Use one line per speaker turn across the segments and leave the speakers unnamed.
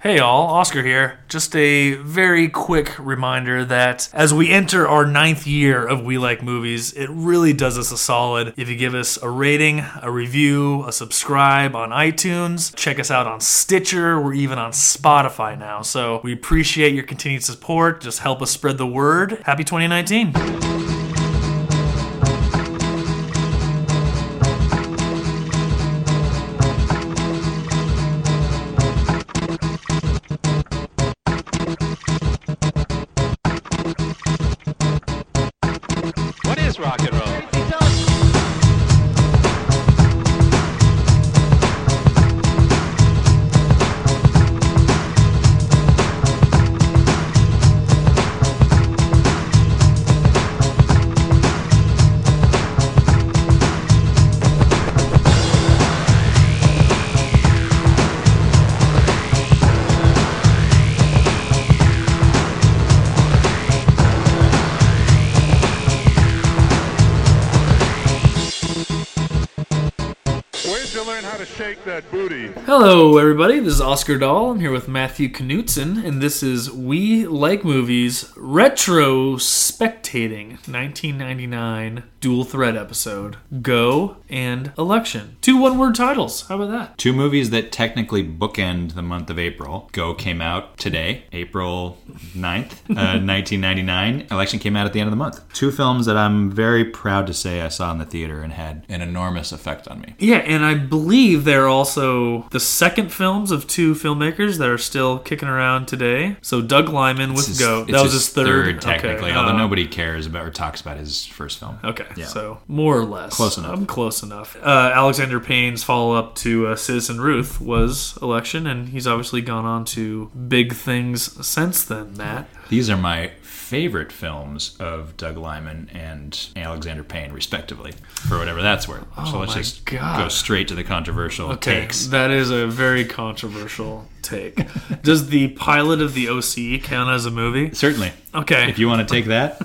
Hey all, Oscar here. Just a very quick reminder that as we enter our ninth year of We Like Movies, it really does us a solid if you give us a rating, a review, a subscribe on iTunes. Check us out on Stitcher. We're even on Spotify now. So we appreciate your continued support. Just help us spread the word. Happy 2019.
What is rock and roll?
Way to learn how to shake that booty.
Hello, everybody. This is Oscar Dahl. I'm here with Matthew Knutson, and this is We Like Movies Retro Spectating 1999 Dual Thread episode Go and Election. Two one word titles. How about that?
Two movies that technically bookend the month of April. Go came out today, April 9th, uh, 1999. Election came out at the end of the month. Two films that I'm very proud to say I saw in the theater and had an enormous effect on me.
Yeah, and I believe they're also the second films of two filmmakers that are still kicking around today. So Doug Lyman with
It's
Go.
it's
That was his third. Okay,
technically,
uh,
although nobody cares about or talks about his first film.
Okay,
Yeah.
so more or less,
Close enough.
I'm close enough. Uh, Alexander Payne's follow up to uh, Citizen Ruth was Election, and he's obviously gone on to big things since then. Matt,
These are my favorite films of Doug Lyman and Alexander Payne, respectively, for whatever that's worth. so let's
Oh my
just
God.
go straight to the controversial
Okay,
takes.
that is a very controversial take. Does the pilot of the OC count as a movie?
Certainly.
Okay,
If you want to take that,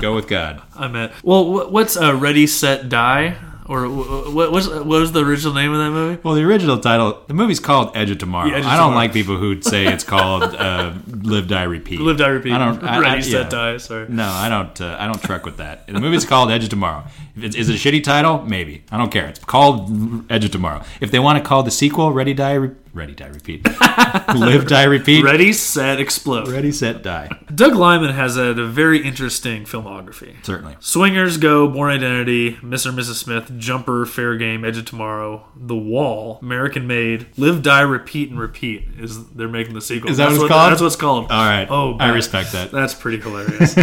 go with God.
I'm at. Well, wh- what's uh, Ready Set Die? Or wh- what was what was the original name of that movie?
Well, the original title, the movie's called Edge of Tomorrow.
Yeah, Edge of
I don't
Tomorrow.
like people who say it's called uh, Live Die Repeat.
Live Die Repeat.
I don't. I, I-
Ready Set
yeah.
Die. Sorry.
No, I don't. Uh, I don't truck with that. The movie's called Edge of Tomorrow. If it's, is it a shitty title? Maybe. I don't care. It's called Edge of Tomorrow. If they want to call the sequel Ready Die Re- Ready Die Repeat, Live Die Repeat,
Ready Set Explode.
Ready Set Die.
Doug Lyman has had a very interesting filmography.
Certainly.
Swingers Go, Born Identity, Mr. and Mrs. Smith, Jumper, Fair Game, Edge of Tomorrow, The Wall, American Made, Live, Die, Repeat, and Repeat is they're making the sequel.
Is that
that's
what it's called?
That's what it's called.
All right.
Oh,
I
God.
respect that.
That's pretty hilarious.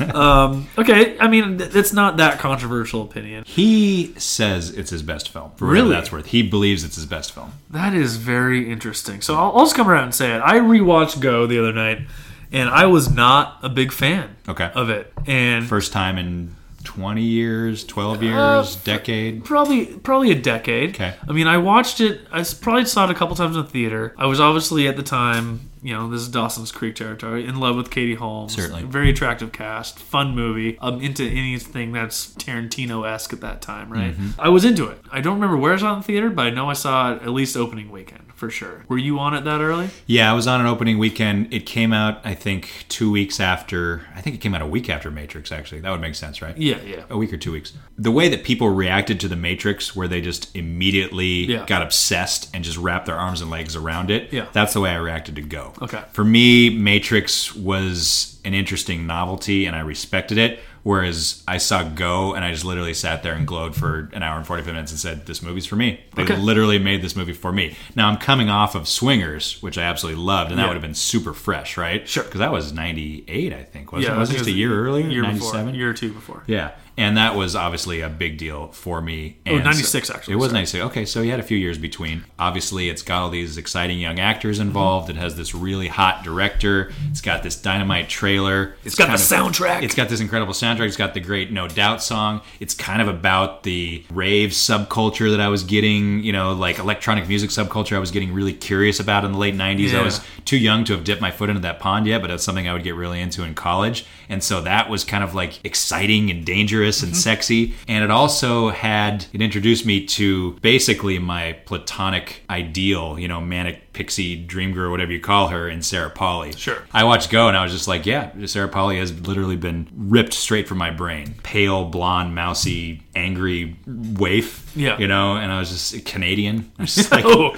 um, okay, I mean th- it's not that controversial opinion.
He says it's his best film. For whatever
Really?
That's worth. He believes it's his best film.
That is very interesting. So I'll, I'll just come around and say it. I rewatched Go the other night, and I was not a big fan
Okay.
of it. And
First time in twenty years, twelve years, decade.
probably probably a decade.
Okay.
I mean, I watched it. I s- probably saw it a couple times in the theater. I was obviously at the time, you know, this is Dawson's Creek territory. In love with Katie Holmes.
Certainly.
Very attractive cast. Fun movie. I'm into anything that's Tarantino esque at that time, right?
Mm-hmm.
I was into it. I don't remember where I saw it in the theater, but I know I saw it at least opening weekend for sure. Were you on it that early?
Yeah, I was on an opening weekend. It came out, I think, two weeks after. I think it came out a week after Matrix, actually. That would make sense, right?
Yeah, yeah.
A week or two weeks. The way that people reacted to the Matrix, where they just immediately
Yeah.
got obsessed and just wrapped their arms and legs around it,
Yeah.
that's the way I reacted to Go.
Okay.
For me, Matrix was an interesting novelty and I respected it. Whereas I saw Go and I just literally sat there and glowed for an hour and 45 minutes and said, This movie's for me. They
Okay.
literally made this movie for me. Now I'm coming off of Swingers, which I absolutely loved, and that
Yeah.
would have been super fresh, right?
Sure.
Because that was 98, I think, wasn't
Yeah,
it? Wasn't
I
it just
think
a year earlier?
Year
97?
before. Year or two before.
Yeah, and that was obviously a big deal for me. And so-
96 Oh, actually,
It was
sorry.
96. Okay, so he had a few years between. Obviously, it's got all these exciting young actors
Mm-hmm.
involved. It has this really hot director. It's got this dynamite trailer. It's
got
kind
the soundtrack.
It's got this incredible soundtrack. It's got the great No Doubt song. It's kind of about the rave subculture that I was getting, you know, like electronic music subculture I was getting really curious about in the late 90s.
Yeah.
I was too young to have dipped my foot into that pond yet, but that's something I would get really into in college. And so that was kind of like exciting and dangerous dangerous
Mm-hmm.
and sexy. And it also had, it introduced me to basically my platonic ideal, you know, manic pixie dream girl, whatever you call her, in Sarah Polly.
Sure.
I watched Go and I was just like, yeah, Sarah Polly has literally been ripped straight from my brain. Pale, blonde, mousy, angry waif.
Yeah.
You know, and I was just Canadian. I was just like,
Oh,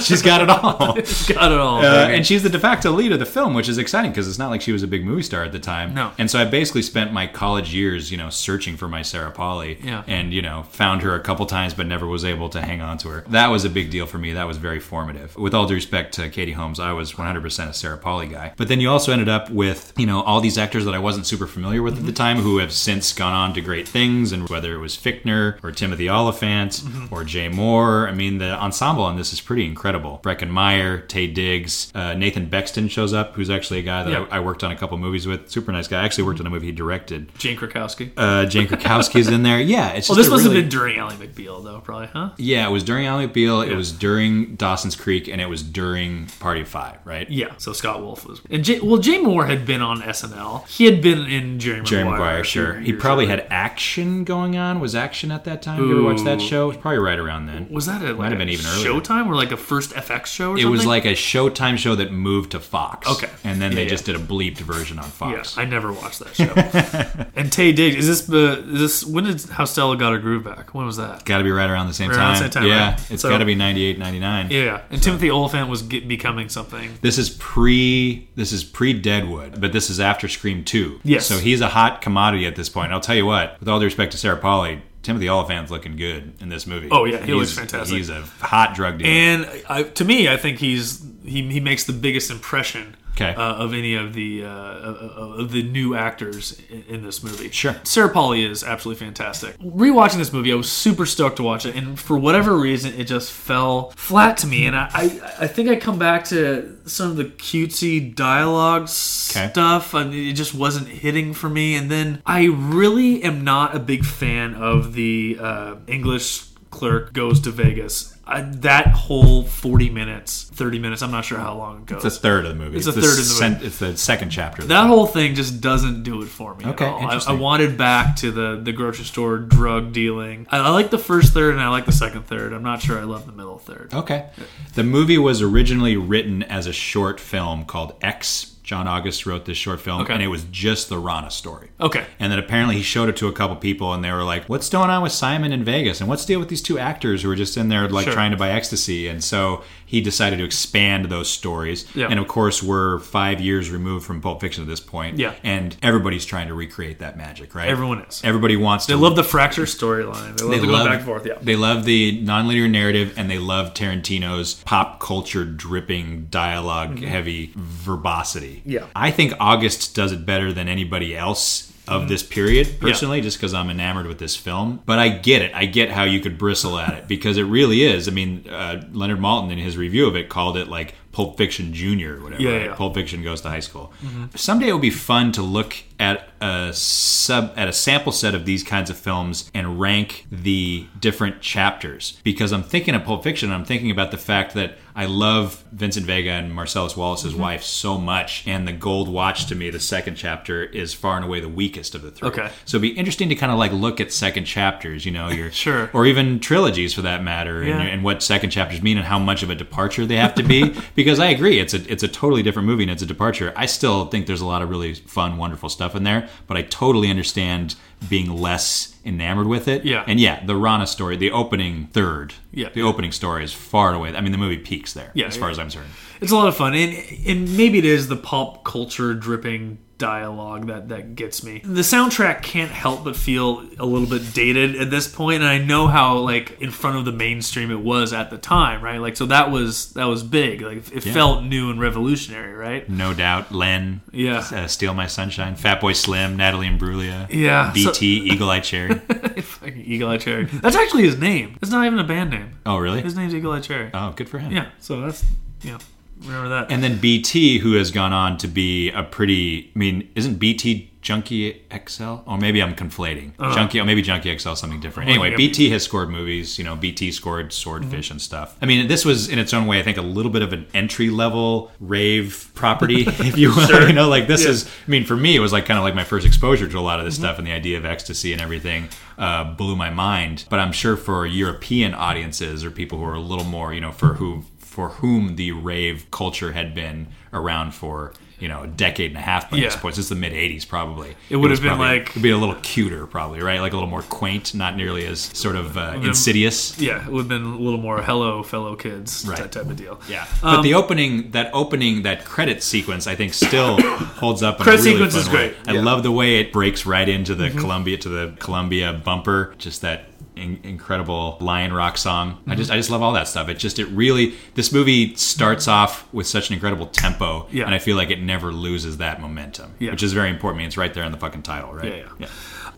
she's got it all.
got it all.
Uh,
baby.
and she's the de facto lead of the film, which is exciting because it's not like she was a big movie star at the time.
No.
And so I basically spent my college years, you know, searching for my Sarah Polly.
Yeah.
And, you know, found her a couple times but never was able to hang on to her. That was a big deal for me. That was very formative. With all due respect to Katie Holmes, I was 100% a Sarah Polly guy. But then you also ended up with, you know, all these actors that I wasn't super familiar with at
Mm-hmm.
the time who have since gone on to great things. And whether it was Fichtner or Timothy Oliphant
Mm-hmm.
or Jay Moore, I mean, the ensemble on this is pretty incredible. Brecken Meyer, Tay Diggs, uh, Nathan Bexton shows up, who's actually a guy that
Yeah.
I, I worked on a couple movies with. Super nice guy. I actually worked on a movie he directed.
Jane Krakowski.
Uh, Jane Krakowski's in there. Yeah, it's just
well, this
a
must
really-
have been during Ally McBeal, though, probably, huh?
yeah, it was during Ally McBeal, it was during Dawson's Creek, and it was during Party of Five, right?
Yeah, so Scott Wolf was, and Jay, well, Jay Moore had been on SNL. He had been in Jerry,
Jerry
Maguire.
Maguire,
a few
sure. He
years
probably
earlier.
had action going on. Was action at that time? You ever watch that
Ooh.
show? It was probably right around then.
Was that a, like
have
a
been even earlier.
Showtime or like a first FX show? Or
it
something?
was like a Showtime show that moved to Fox.
Okay.
And then they
Yeah,
just did a bleeped version on
Yeah,
Fox.
I never watched that show. and Tay Diggs, is this the is this when did How Stella Got Her Groove Back? When was that?
Got to be right around the same
Right around
time.
the same time,
yeah,
right?
it's
So-
got to be 98, 99.
Yeah, and Timothy Oliphant was get, becoming something.
This is pre this is pre Deadwood, but this is after Scream 2.
Yes.
So he's a hot commodity at this point. I'll tell you what, with all due respect to Sarah Polly, Timothy Oliphant's looking good in this movie.
Oh, yeah, he
He's-
looks fantastic.
He's a hot drug dealer.
And I, to me, I think he's he, he makes the biggest impression
Okay.
uh, of any of the uh, of of the new actors in, in this movie.
Sure.
Sarah Polly is absolutely fantastic. Rewatching this movie, I was super stoked to watch it, and for whatever reason, it just fell flat to me. And I I, I think I come back to some of the cutesy dialogue
Okay.
stuff, and it just wasn't hitting for me. And then I really am not a big fan of the uh, English clerk goes to Vegas. I, that whole 40 minutes, 30 minutes, I'm not sure how long it goes.
It's a third of the movie.
It's a third of the
movie. It's the second chapter.
That whole thing just doesn't do it for me.
Okay,
at all. I, I
interesting.
wanted back to the the grocery store drug dealing. I, I like the first third and I like the second third. I'm not sure I love the middle third.
okay. The movie was originally written as a short film called X. John August wrote this short film,
Okay. Oh,
and it was just the Rana story.
Okay,
And then apparently he showed it to a couple people, and they were like, "What's going on with Simon in Vegas? And what's the deal with these two actors who are just in there like
Sure.
trying to buy ecstasy?" And so he decided to expand those stories.
Yeah.
And of course, we're five years removed from Pulp Fiction at this point.
Yeah.
And everybody's trying to recreate that magic, right?
Everyone is.
Everybody wants
they
to
love the fracture storyline. They love the going back and forth. Yeah,
They love the nonlinear narrative and they love Tarantino's pop culture dripping dialogue heavy verbosity.
Mm-hmm. Yeah.
I think August does it better than anybody else
Mm-hmm.
of this period personally just because i'm enamored with this film but i get it i get how you could bristle at it because it really is i mean uh, leonard malton in his review of it called it like pulp fiction junior or whatever
Yeah,
right?
yeah.
Pulp Fiction goes to high school. Someday it will be fun to look at a sub at a sample set of these kinds of films and rank the different chapters because I'm thinking of Pulp Fiction. I'm thinking about the fact that I love Vincent Vega and Marcellus Wallace's
Mm-hmm.
wife so much, and the Gold Watch to me, the second chapter is far and away the weakest of the three.
Okay.
so it'd be interesting to kind of like look at second chapters. You know, your
Sure.
or even trilogies for that matter,
Yeah.
and, and what second chapters mean and how much of a departure they have to be. because I agree, it's a it's a totally different movie and it's a departure. I still think there's a lot of really fun, wonderful stuff in there, but I totally understand being less enamored with it.
Yeah.
And yeah, the Rana story, the opening third,
Yeah.
the opening story is far and away. I mean, the movie peaks there,
Yeah,
as far
yeah.
as I'm concerned.
it's a lot of fun, and and maybe it is the pop culture dripping dialogue that that gets me. The soundtrack can't help but feel a little bit dated at this point, and I know how like in front of the mainstream it was at the time, right? Like so that was that was big. Like it felt new and revolutionary, right?
No doubt, Len,
Yeah.
uh, Steal My Sunshine, Fatboy Slim, Natalie Imbruglia,
Yeah, so-
BT, Eagle Eye Cherry.
Fucking Eagle Eye Cherry. That's actually his name. It's not even a band name.
Oh, really?
His name's Eagle Eye Cherry.
Oh, good for him.
Yeah, so that's yeah. Remember that.
And then BT, who has gone on to be a pretty, I mean, isn't BT Junkie XL, or maybe I'm conflating Junkie, or maybe Junkie XL is something different. Anyway,
up.
BT has scored movies. You know, BT scored Swordfish and stuff. I mean, this was in its own way, I think, a little bit of an entry level rave property, if you will. You know, like this is. I mean, for me, it was like kind of like my first exposure to a lot of this stuff, and the idea of ecstasy and everything uh, blew my mind. But I'm sure for European audiences or people who are a little more, you know, for who for whom the rave culture had been around for you know a decade and a half by this
Yeah.
point since the mid 80s probably
It would
was
have been
probably-
like-
it'd be a little cuter probably right like a little more quaint not nearly as sort of uh, insidious
Mm-hmm. Yeah, it would have been a little more hello, fellow kids
Right.
type, type of deal.
yeah but the
Um,
opening that opening that credit sequence i think still holds up in
Credit
a really
sequence
fun
is
way.
great, Mm-hmm.
i love the way it breaks right into the columbia to the columbia bumper just that in- incredible lion rock song i
Mm-hmm.
just i just love all that stuff it just it really this movie starts off with such an incredible tempo
Yeah.
and i feel like it never loses that momentum
Yeah.
which is very important i mean it's right there in the fucking title right
Yeah, yeah.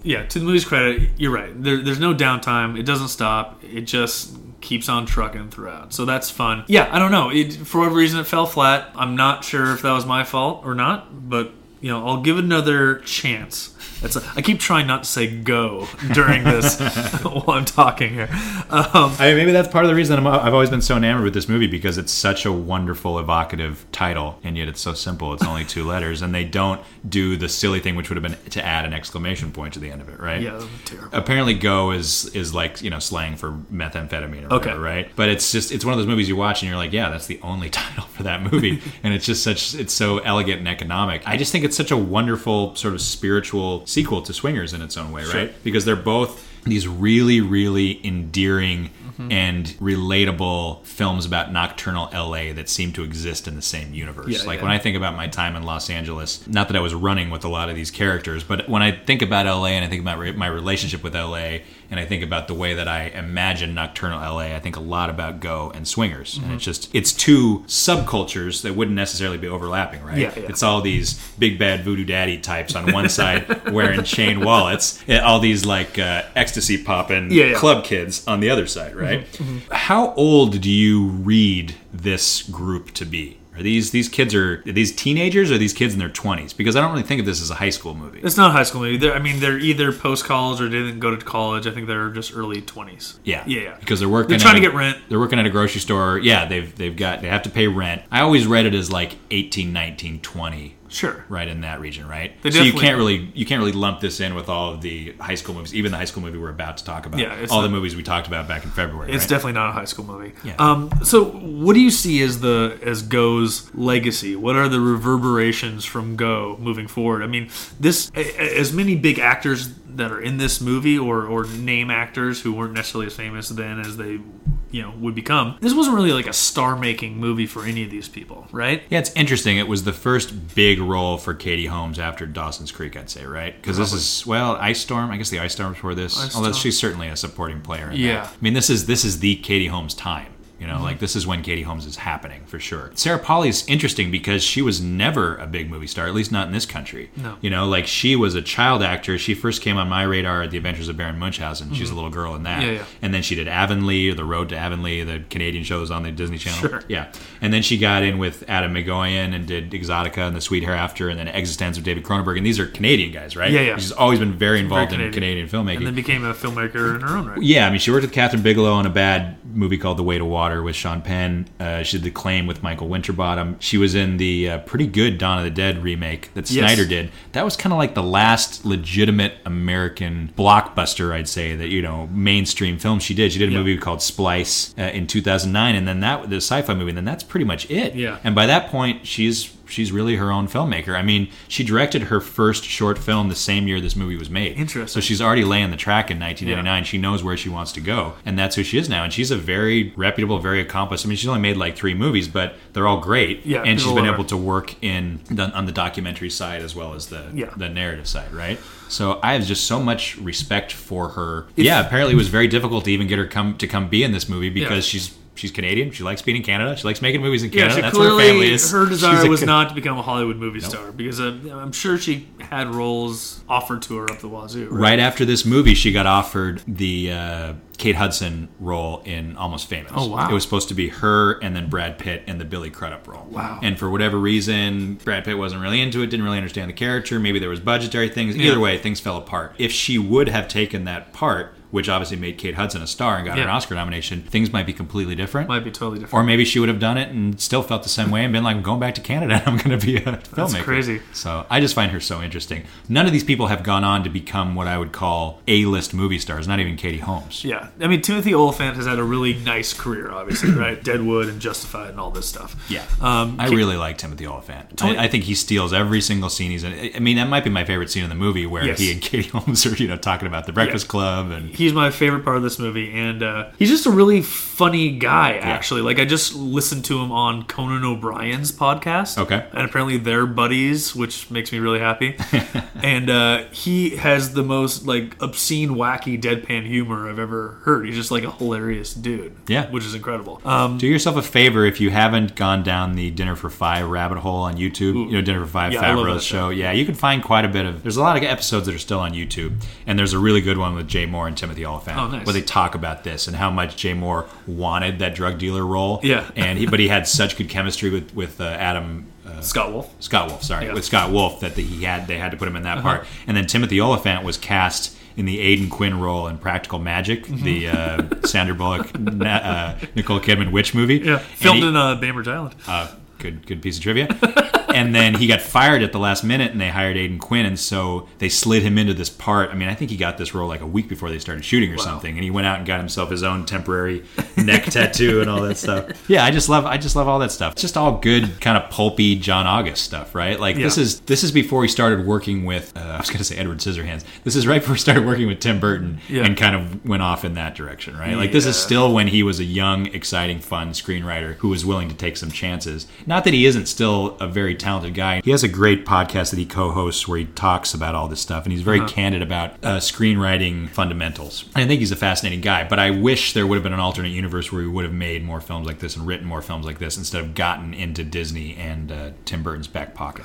Yeah, to the movie's credit, you're right. There, there's no downtime. It doesn't stop. It just keeps on trucking throughout. So that's fun. Yeah, I don't know. It, for whatever reason, it fell flat. I'm not sure if that was my fault or not, but you know, I'll give it another chance. That's I keep trying not to say go during this while I'm talking here. Um,
I mean, maybe that's part of the reason I'm, I've always been so enamored with this movie because it's such a wonderful, evocative title, and yet it's so simple. It's only two letters, and they don't do the silly thing, which would have been to add an exclamation point to the end of it, right?
yeah, that was terrible.
Apparently, "go" is is like you know slang for methamphetamine or
Okay.
whatever, right? But it's just it's one of those movies you watch and you're like, yeah, that's the only title for that movie, and it's just such it's so elegant and economic. I just think it's such a wonderful sort of spiritual sequel to Swingers in its own way, right? Because they're both these really really endearing
Mm-hmm.
and relatable films about nocturnal LA that seem to exist in the same universe.
Yeah,
like
yeah.
when I think about my time in Los Angeles, not that I was running with a lot of these characters, but when I think about LA and I think about re- my relationship with LA and I think about the way that I imagine nocturnal LA, I think a lot about Go and Swingers.
Mm-hmm.
And it's just, it's two subcultures that wouldn't necessarily be overlapping, right?
Yeah, yeah.
It's all these big bad voodoo daddy types on one side wearing chain wallets, and all these like uh, ecstasy popping
Yeah, Mm-hmm, yeah.
club kids on the other side, right? How old do you read this group to be? Are these these kids are, are these teenagers or are these kids in their twenties? Because I don't really think of this as a high school movie.
It's not a high school movie. They're, I mean, they're either post college or didn't go to college. I think they're just early 20s.
Yeah,
yeah, yeah.
Because they're working.
They're trying
at
to
a-
get rent.
They're working at a grocery store. Yeah, they've they've got they have to pay rent. I always read it as like 18, 19, 20
sure.
right in that region, right?
They
so you
definitely-
can't really you can't really lump this in with all of the high school movies, even the high school movie we're about to talk about.
Yeah, it's
all
not-
the movies we talked about back in February.
It's
right?
definitely not a high school movie.
Yeah.
Um, so, what do you see as the as Go's legacy? What are the reverberations from Go moving forward? I mean, this a- a- as many big actors that are in this movie, or or name actors who weren't necessarily as famous then as they, you know, would become. This wasn't really like a star making movie for any of these people, right?
Yeah, it's interesting. It was the first big role for Katie Holmes after Dawson's Creek, I'd say, right? Because this is well, Ice Storm. I guess the Ice Storm was before this.
Ice
Although
Storm.
she's certainly a supporting player. In
Yeah. Mm-hmm.
that. I mean, this is this is the Katie Holmes time. You know, like this is when Katie Holmes is happening for sure. Sarah Polly's interesting because she was never a big movie star, at least not in this country.
No.
You know, like she was a child actor. She first came on my radar at The Adventures of Baron Munchausen. She's a little girl in that.
Mm-hmm. Yeah, yeah.
And then she did Avonlea, The Road to Avonlea, the Canadian shows on the Disney Channel.
Sure.
Yeah. And then she got in with Adam McGoyan and did Exotica and The Sweet Hereafter and then Existence of David Cronenberg. And these are Canadian guys, right?
Yeah, yeah.
She's always been very involved in
Canadian.
Canadian filmmaking.
And then became a filmmaker in her own right.
yeah, I mean, she worked with Catherine Bigelow on a bad movie called The Way to Water with Sean Penn. Uh, she did The Claim with Michael Winterbottom. She was in the uh, pretty good Dawn of the Dead remake that
Yes.
Snyder did. That was kind of like the last legitimate American blockbuster, I'd say, that, you know, mainstream film she did. She did a movie called Splice uh, in 2009, and then that, the sci fi movie, and then that's pretty much it.
Yeah.
And by that point, she's. She's really her own filmmaker. I mean, she directed her first short film the same year this movie was made.
Interesting.
So she's already laying the track in 1999. She knows where she wants to go, and that's who she is now. And she's a very reputable, very accomplished. I mean, she's only made like three movies, but they're all great.
Yeah,
and she's
people
been
love
able
her.
to work in the, on the documentary side as well as the
Yeah.
the narrative side, right? So I have just so much respect for her. yeah, apparently it was very difficult to even get her come to come be in this movie because she's. She's Canadian. She likes being in Canada. She likes making movies in
Yeah,
Canada.
she
That's where
clearly
her family is.
her
She's
desire
a
was
Ca-
not to become a Hollywood movie star because uh, I'm sure she had roles offered to her up the wazoo. Right?
Right after this movie, she got offered the uh, Kate Hudson role in Almost Famous.
Oh, wow.
It was supposed to be her and then Brad Pitt and the Billy Crudup role.
Wow.
And for whatever reason, Brad Pitt wasn't really into it, didn't really understand the character. Maybe there was budgetary things.
Yeah.
Either way, things fell apart. If she would have taken that part, which obviously made Kate Hudson a star and got her
Yeah.
an Oscar nomination, things might be completely different.
Might be totally different.
or maybe she would have done it and still felt the same way and been like, I'm going back to Canada and I'm going to be a filmmaker.
crazy.
So I just find her so interesting. None of these people have gone on to become what I would call A list movie stars, not even Katie Holmes.
Yeah, I mean Timothy Oliphant has had a really nice career, obviously, right? Deadwood and Justified and all this stuff.
Yeah.
um,
I really like Timothy Oliphant.
Tony-
I, I think he steals every single scene he's in. I- I mean, that might be my favorite scene in the movie where
Yes.
he and Katie Holmes are, you know, talking about the Breakfast
Yeah.
Club and
he's my favorite part of this movie, and uh, he's just a really funny guy. Actually, like I just listened to him on Conan O'Brien's podcast.
Okay.
and apparently they're buddies, which makes me really happy. and uh, he has the most like obscene, wacky, deadpan humor I've ever heard. He's just like a hilarious dude.
Yeah.
which is incredible. Um,
do yourself a favor if you haven't gone down the Dinner for Five rabbit hole on YouTube. you know, Dinner for Five
Yeah, I love that
Favreau's show. Yeah, you can find quite a bit of. There's a lot of episodes that are still on YouTube, and there's a really good one with Jay Moore and Timothy Oliphant,
Oh, nice.
where they talk about this and how much Jay Moore wanted that drug dealer role.
Yeah.
and he, but he had such good chemistry with with uh, Adam. Uh,
Scott Wolf.
Scott Wolf, sorry,
Yeah. Uh-huh.
with Scott Wolf that the, he had they had to put him in that part, and then Timothy Oliphant was cast in the Aidan Quinn role in Practical Magic,
Mm-hmm.
the uh, Sandra Bullock, Na- uh, Nicole Kidman witch movie.
Yeah,
And
filmed
he-
in uh, Bainbridge Island.
uh, good, good piece of trivia. and then he got fired at the last minute, and they hired Aidan Quinn, and so they slid him into this part. I mean, I think he got this role like a week before they started shooting or something, and he went out and got himself his own temporary neck tattoo and all that stuff. Yeah, I just love, I just love all that stuff. It's just all good, kind of pulpy John August stuff, right? Like this
Yeah.
is this is before he started working with. Uh, I was going to say Edward Scissorhands. This is right before he started working with Tim Burton,
Yeah.
and kind of went off in that direction, right? Like this is
Yeah.
still still when he was a young, exciting, fun screenwriter who was willing to take some chances. Not that he isn't still a very talented guy. He has a great podcast that he co-hosts where he talks about all this stuff, and he's very candid about uh, screenwriting fundamentals. And I think he's a fascinating guy. But I wish there would have been an alternate universe where we would have made more films like this and written more films like this instead of gotten into Disney and uh, Tim Burton's back pocket.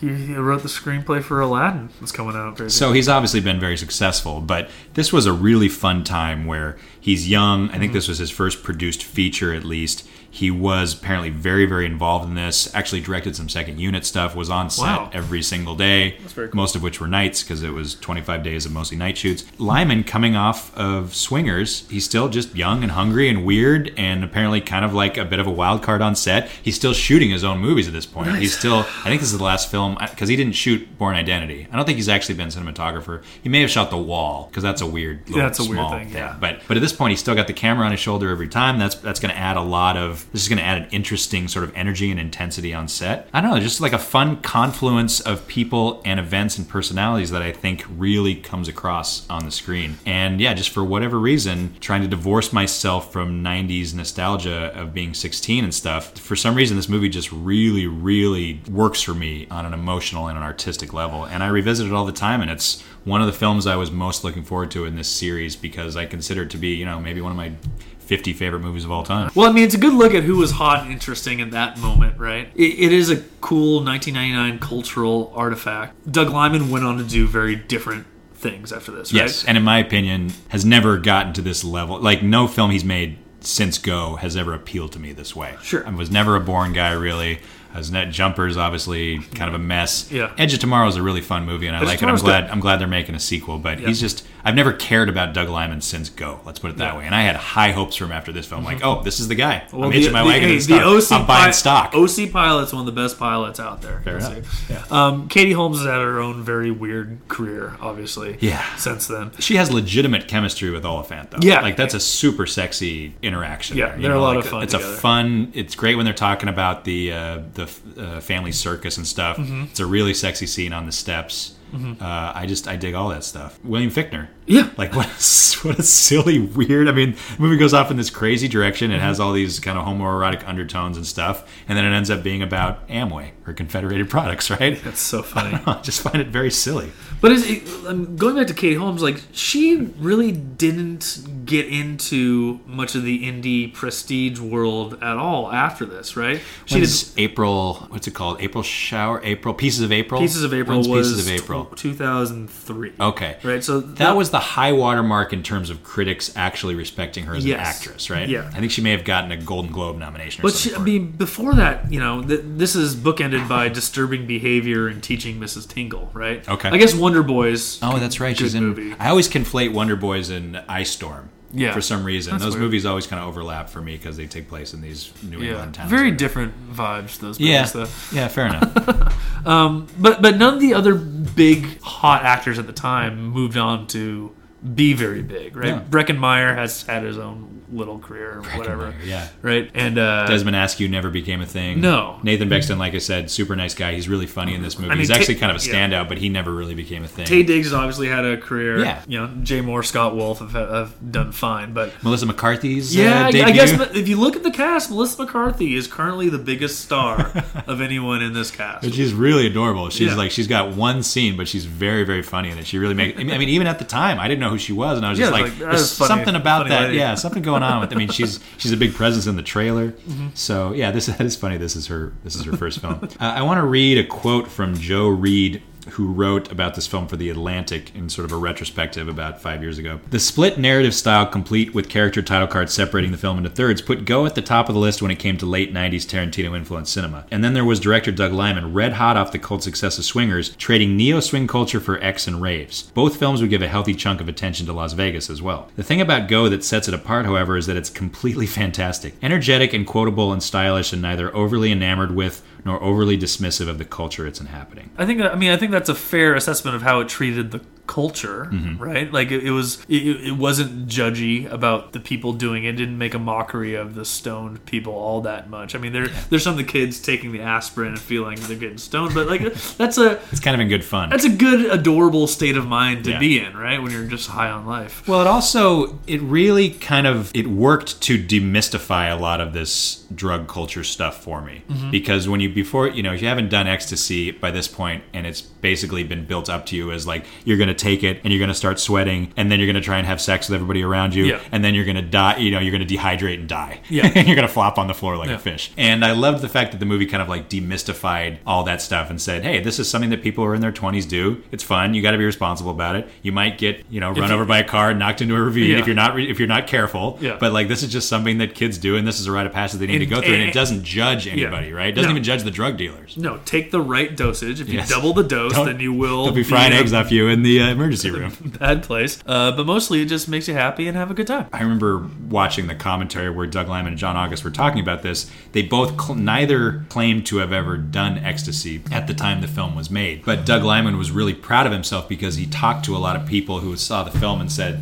He, he wrote the screenplay for Aladdin. That's coming out very soon.
So he's obviously been very successful, but this was a really fun time where he's young. I think this was his first produced feature, at least. He was apparently very, very involved in this. Actually, directed some second unit stuff. Was on set
Wow.
every single day,
very cool.
most of which were nights because it was 25 days of mostly night shoots. Lyman, coming off of Swingers, he's still just young and hungry and weird, and apparently kind of like a bit of a wild card on set. He's still shooting his own movies at this point. He's still, I think this is the last film because he didn't shoot Born Identity. I don't think he's actually been a cinematographer. He may have shot The Wall because that's a weird, little,
That's a weird
small
thing, yeah.
But but at this point, he's still got the camera on his shoulder every time. That's that's going to add a lot of. This is going to add an interesting sort of energy and intensity on set. I don't know, just like a fun confluence of people and events and personalities that I think really comes across on the screen. And yeah, just for whatever reason, trying to divorce myself from '90s nostalgia of being 16 and stuff. For some reason, this movie just really, really works for me on an emotional and an artistic level, and I revisit it all the time. And it's one of the films I was most looking forward to in this series because I consider it to be, you know, maybe one of my 50 favorite movies of all time.
Well, I mean, it's a good look at who was hot and interesting in that moment, right? It, it is a cool 1999 cultural artifact. Doug Lyman went on to do very different things after this, right?
Yes, and in my opinion, has never gotten to this level. Like no film he's made since Go has ever appealed to me this way.
Sure.
I was never a born guy really. I was net jumpers, obviously, kind of a mess.
Yeah.
Edge of Tomorrow is a really fun movie, and I
of
like it. I'm
Tomorrow's
glad.
good.
I'm glad they're making a sequel, but
Yeah.
he's just. I've never cared about Doug Lyman since Go. Let's put it that way. And I had high hopes for him after this film. Like,
Mm-hmm.
oh, this is the guy. I'm hitching my wagon. to
hey,
this star. I'm buying
pi-
stock.
OC pilot's one of the best pilots out there.
Fair
Let's
enough.
see. Um, Katie Holmes has had her own very weird career, obviously.
Yeah.
Since then.
She has legitimate chemistry with Oliphant, though.
Yeah.
like that's a super sexy interaction.
Yeah,
there, you
they're a lot
like,
of fun
It's
together.
a fun. It's great when they're talking about the uh, the uh, family circus and stuff.
Mm-hmm.
It's a really sexy scene on the steps. Uh, I just I dig all that stuff. William Fickner
Yeah.
Like what? A, s- what a silly, weird. I mean, the movie goes off in this crazy direction. It has
Mm-hmm.
all these kind of homoerotic undertones and stuff, and then it ends up being about Amway or Confederated Products, right?
That's so funny.
I just find it very silly.
But is it, um, going back to Katie Holmes, like she really didn't get into much of the indie prestige world at all after this, right? She
She
did
does April. What's it called? April shower. April pieces of April.
Pieces of April
When's
was
pieces of April.
two thousand three.
Okay.
right. So
That was the high water mark in terms of critics actually respecting her as
Yes.
an actress, right?
Yeah.
I think she may have gotten a Golden Globe nomination. Or
But
something
she,
for
I
it.
mean, before that, you know, th- this is bookended by disturbing behavior and teaching Mrs. Tingle, right?
Okay.
I guess Wonder Boys.
Oh, that's right. She's
good
in.
movie.
I always conflate Wonder Boys and Ice Storm.
Yeah.
For some reason,
That's
those
weird.
movies always kind of overlap for me because they take place in these New
yeah,
England towns.
very
or-
different vibes. Those movies,
Yeah.
though.
Yeah. Fair enough.
But but none of the other big hot actors at the time moved on to be very big, right?
Yeah.
Breckenmeyer has had his own little career, or whatever.
Breckenmeyer, yeah.
Right. And uh,
Desmond Askew never became a thing.
No.
Nathan Bexton, like I said, super nice guy. He's really funny in this movie.
mean,
He's
Ta-
actually kind of a
yeah.
standout, but he never really became a thing.
Tay Diggs obviously had a career.
Yeah.
You know, Jay Moore, Scott Wolf have, have done fine, but
Melissa McCarthy's
Yeah,
uh,
I-
debut.
I guess if you look at the cast, Melissa McCarthy is currently the biggest star of anyone in this
But
cast.
she's really adorable. She's
Yeah.
like she's got one scene, but she's very very funny in it. She really makes. I mean, I mean, even at the time, I didn't know who she was, and I was just
Yeah,
like,
it's like, that
there's
is funny-
something about
funny
that.
lady.
Yeah, something going on with. I mean, she's she's a big presence in the trailer.
Mm-hmm.
So yeah, this that is funny. This is her this is her first film. Uh, I want to read a quote from Joe Reed. Who wrote about this film for The Atlantic in sort of a retrospective about five years ago? The split narrative style, complete with character title cards separating the film into thirds, put Go at the top of the list when it came to late 90s Tarantino influenced cinema. And then there was director Doug Lyman, red hot off the cult success of Swingers, trading neo swing culture for X and raves. Both films would give a healthy chunk of attention to Las Vegas as well. The thing about Go that sets it apart, however, is that it's completely fantastic. Energetic and quotable and stylish, and neither overly enamored with nor overly dismissive of the culture it's inhabiting.
I think I mean I think that's a fair assessment of how it treated the culture,
Mm-hmm.
right? Like it, it was it, it wasn't judgy about the people doing it. it. Didn't make a mockery of the stoned people all that much. I mean there there's some of the kids taking the aspirin and feeling they're getting stoned, but like that's a
It's kind of in good fun.
that's a good adorable state of mind to
Yeah.
be in, right? When you're just high on life.
Well, it also it really kind of it worked to demystify a lot of this drug culture stuff for me because when you before you know if you haven't done ecstasy by this point and it's basically been built up to you as like you're gonna take it and you're gonna start sweating and then you're gonna try and have sex with everybody around you
Yeah.
and then you're gonna die you know you're gonna dehydrate and die
Yeah.
and you're gonna flop on the floor like
Yeah.
a fish and I loved the fact that the movie kind of like demystified all that stuff and said hey this is something that people who are in their 20s do it's fun you got to be responsible about it you might get you know run
you-
over by a car, knocked into a ravine
Yeah.
if you're not re- if you're not careful.
Yeah.
But like this is just something that kids do, and this is a rite of passage they need
And-
to go through, and,
and-
it doesn't judge anybody, right? It doesn't
No.
even judge the drug dealers.
No, take the right dosage. If you
Yes.
double the dose,
Don't-
then you will
They'll be frying
in a
eggs off you in the uh, emergency room.
bad place. Uh, but mostly, it just makes you happy and have a good time.
I remember watching the commentary where Doug Lyman and John August were talking about this. They both cl- neither claimed to have ever done ecstasy at the time the film was made, but Doug Lyman was really proud of himself because he talked to a lot of people who saw the film and said.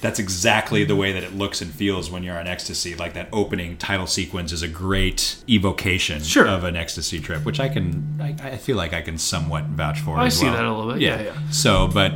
That's exactly the way that it looks and feels when you're on ecstasy. Like that opening title sequence is a great evocation
Sure.
of an ecstasy trip, which I can, I, I feel like I can somewhat vouch for.
I
as
see
well.
that a little bit. Yeah, yeah.
So, but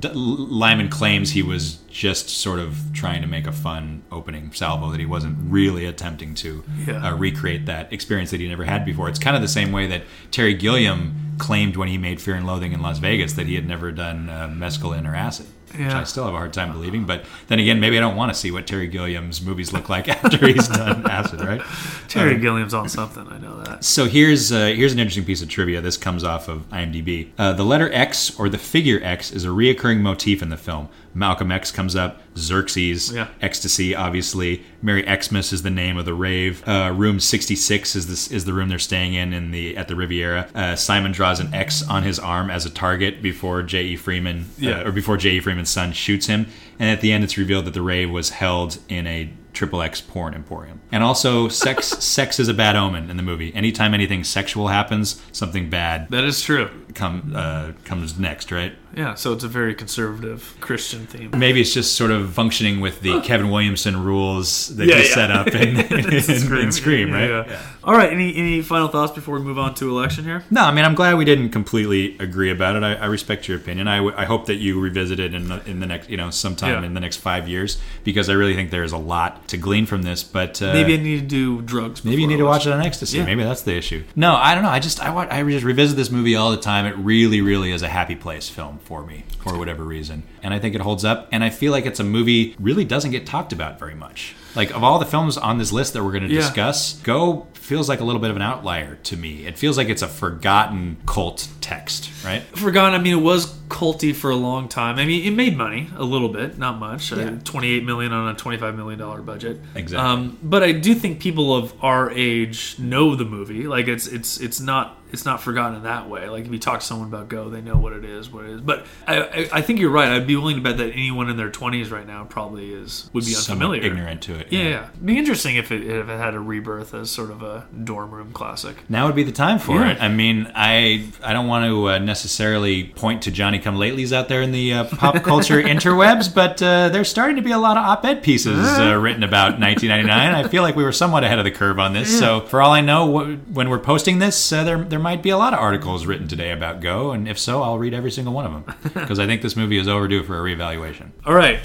D- Lyman claims he was just sort of trying to make a fun opening salvo that he wasn't really attempting to
Yeah.
uh, recreate that experience that he never had before. It's kind of the same way that Terry Gilliam claimed when he made Fear and Loathing in Las Vegas that he had never done uh, mescaline or acid. Which
Yeah.
I still have a hard time believing, but then again, maybe I don't want to see what Terry Gilliam's movies look like after he's done acid, right?
Terry Gilliam's on something. I know that.
So here's uh, here's an interesting piece of trivia. This comes off of IMDb. Uh, the letter X or the figure X is a reoccurring motif in the film. Malcolm X comes up. Xerxes,
Yeah.
ecstasy, obviously. Merry Xmas is the name of the rave. Uh, room 66 is this is the room they're staying in in the at the Riviera. Uh, Simon draws an X on his arm as a target before J.E. Freeman, uh,
Yeah.
or before J.E. Freeman's son shoots him. And at the end, it's revealed that the rave was held in a triple X porn emporium. And also, sex sex is a bad omen in the movie. Anytime anything sexual happens, something bad
That is true.
come uh, comes next, right?
Yeah, so it's a very conservative Christian theme.
Maybe it's just sort of functioning with the Kevin Williamson rules that
Yeah,
he
yeah.
set up in, in,
Scream.
in Scream, right?
Yeah. All right. Any any final thoughts before we move on to election here?
No, I mean, I'm glad we didn't completely agree about it. I, I respect your opinion. I, w- I hope that you revisit it in the, in the next, you know, sometime
Yeah.
in the next five years because I really think there is a lot to glean from this. But uh,
Maybe I need to do drugs.
Maybe you
before
need to
I
watch it on ecstasy.
Yeah.
Maybe that's the issue. No, I don't know. I just I watch, I just revisit this movie all the time. It really, really is a happy place film for me for whatever reason, and I think it holds up. And I feel like it's a movie really doesn't get talked about very much. Like of all the films on this list that we're going to
Yeah.
discuss, Go feels like a little bit of an outlier to me. It feels like it's a forgotten cult text, right?
Forgotten. I mean, it was culty for a long time. I mean, it made money a little bit, not much. Uh, Twenty-eight million on a twenty-five million dollar budget.
Exactly.
Um, but I do think people of our age know the movie. Like it's it's it's not it's not forgotten in that way. Like if you talk to someone about Go, they know what it is, what it is. But I I, I think you're right. I'd be willing to bet that anyone in their twenties right now probably is would be
Somewhat
unfamiliar.
ignorant to it.
Yeah, yeah. It'd be interesting if it if it had a rebirth as sort of a dorm room classic.
Now would be the time for
Yeah.
it. I mean, I I don't want to uh, necessarily point to Johnny Come Latelys out there in the uh, pop culture interwebs, but uh, there's starting to be a lot of op-ed pieces uh, written about 1999. I feel like we were somewhat ahead of the curve on this. So for all I know, wh- when we're posting this, uh, there there might be a lot of articles written today about Go, and if so, I'll read every single one of them because I think this movie is overdue for a reevaluation.
All right,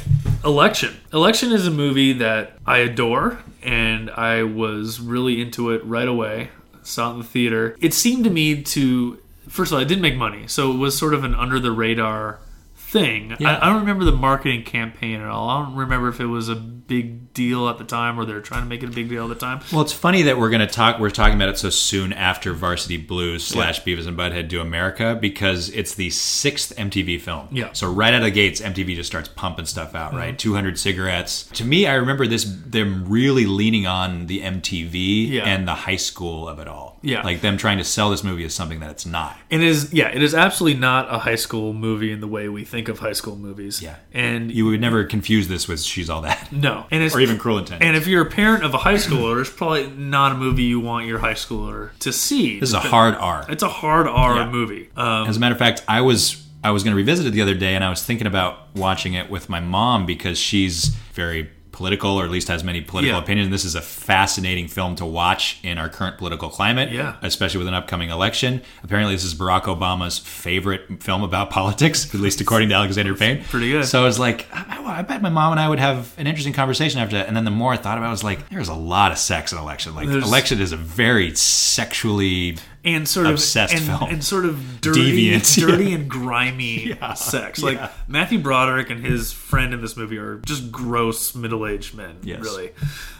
Election. Election is a movie that I adore, and I was really into it right away. Saw it in the theater. It seemed to me to, first of all, it didn't make money, so it was sort of an under the radar thing.
Yeah.
I, I don't remember the marketing campaign at all. I don't remember if it was a big deal at the time or they were trying to make it a big deal at the time.
Well, it's funny that we're gonna talk. We're talking about it so soon after Varsity Blues slash Beavis and Butthead Do America because it's the sixth MTV film.
Yeah. Mm-hmm.
So right out of the gates, MTV just starts pumping stuff out. Right, two hundred cigarettes. To me, I remember this them really leaning on the MTV
Yeah.
and the high school of it all.
Yeah.
Like them trying to sell this movie as something that it's not.
It is, yeah, it is absolutely not a high school movie in the way we think of high school movies.
Yeah.
And
You would never confuse this with She's All That
no, and it's
or even Cruel Intent.
And if you're a parent of a high schooler, it's probably not a movie you want your high schooler to see.
this is a hard R.
It's a hard R
Yeah.
movie. Um,
As a matter of fact, I was I was going to revisit it the other day, and I was thinking about watching it with my mom because she's very political, or at least has many political
Yeah.
opinions. This is a fascinating film to watch in our current political climate,
Yeah.
especially with an upcoming election. Apparently, this is Barack Obama's favorite film about politics, at least according to Alexander Payne.
pretty good.
So I was like, I, I bet my mom and I would have an interesting conversation after that. And then the more I thought about it, I was like, there's a lot of sex in election. Like,
There's-
election is a very sexually
and sort of
Obsessed
and,
film.
and sort of dirty,
Deviant,
dirty and grimy sex. Like Matthew Broderick and his friend in this movie are just gross middle-aged men,
Yes.
really.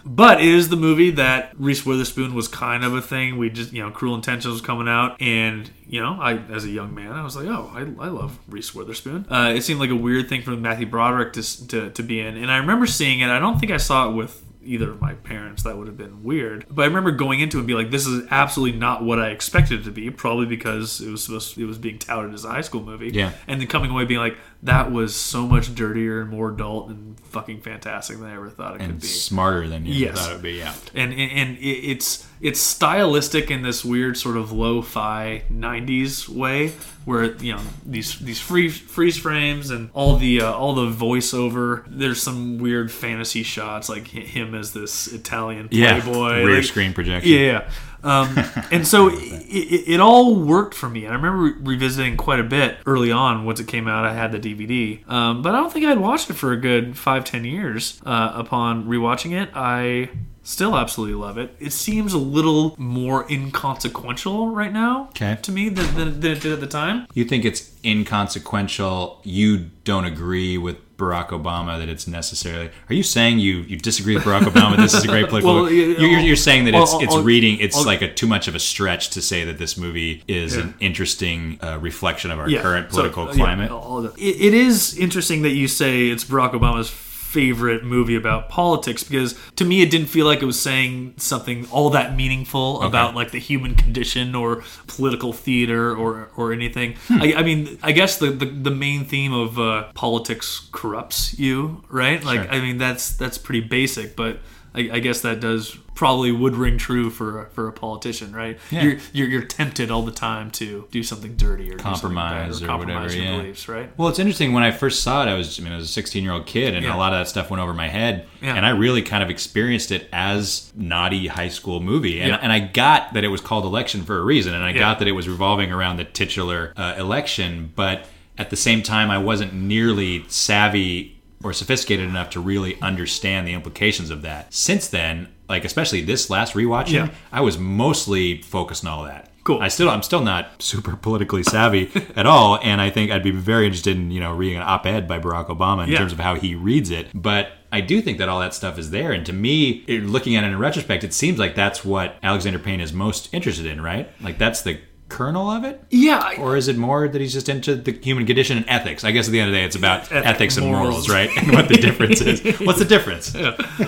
But it is the movie that Reese Witherspoon was kind of a thing. We just, you know, Cruel Intentions was coming out, and you know, I as a young man, I was like, oh, I, I love Reese Witherspoon. Uh, it seemed like a weird thing for Matthew Broderick to, s- to to be in, and I remember seeing it. I don't think I saw it with either of my parents. That would have been weird. But I remember going into it and be like, this is absolutely not what I expected it to be. Probably because it was supposed it was being touted as a high school movie.
Yeah.
And then coming away being like, that was so much dirtier and more adult and fucking fantastic than I ever thought it could
and
be.
smarter than you
Yes.
thought it would be. Yeah.
and and, and it, it's it's stylistic in this weird sort of lo-fi '90s way, where you know these these free freeze frames and all the uh, all the voiceover. There's some weird fantasy shots, like hi- him as this Italian
yeah,
playboy,
rear
like-
screen projection.
Yeah, yeah. Um, and so it, it, it all worked for me. And I remember re- revisiting quite a bit early on once it came out. I had the DVD, um, but I don't think I'd watched it for a good five, ten years. Uh, upon rewatching it, I still absolutely love it. It seems a little more inconsequential right now
Okay.
to me than, than, than it did at the time.
You think it's inconsequential? You don't agree with Barack Obama that it's necessarily? Are you saying you you disagree with Barack Obama? this is a great political.
Well,
movie?
yeah,
you're,
I'll-
you're saying that
well,
it's it's
I'll-
reading. It's
I'll-
like a too much of a stretch to say that this movie is an interesting uh, reflection of our current
so,
political
uh, yeah,
climate.
all the- it, it is interesting that you say it's Barack Obama's favorite movie about politics because to me it didn't feel like it was saying something all that meaningful about like the human condition or political theater or or anything.
Hmm.
I, I mean, I guess the, the the main theme of uh, politics corrupts you, right? Like, I mean, that's that's pretty basic, but. I, I guess that does probably would ring true for a, for a politician, right?
Yeah.
You're, you're you're tempted all the time to do something dirty or do something bad
Compromise or
compromise
whatever,
your
yeah.
beliefs, right?
Well, it's interesting. When I first saw it, I was, I mean, I was a 16 year old kid, and
Yeah.
a lot of that stuff went over my head.
Yeah.
And I really kind of experienced it as naughty high school movie. And,
Yeah.
and I got that it was called Election for a reason, and I
Yeah.
got that it was revolving around the titular uh, election. But at the same time, I wasn't nearly savvy or sophisticated enough to really understand the implications of that. Since then, like especially this last rewatching,
Yeah.
I was mostly focused on all that.
Cool.
I still I'm still not super politically savvy at all, and I think I'd be very interested in you know reading an op-ed by Barack Obama in
Yeah.
terms of how he reads it, but. I do think that all that stuff is there, and to me, it, looking at it in retrospect, it seems like that's what Alexander Payne is most interested in, right? Like that's the kernel of it,
Yeah, I-
or is it more that he's just into the human condition and ethics? I guess at the end of the day, it's about
Ethic-
ethics and
morals.
morals, right? And what the difference is. What's the difference?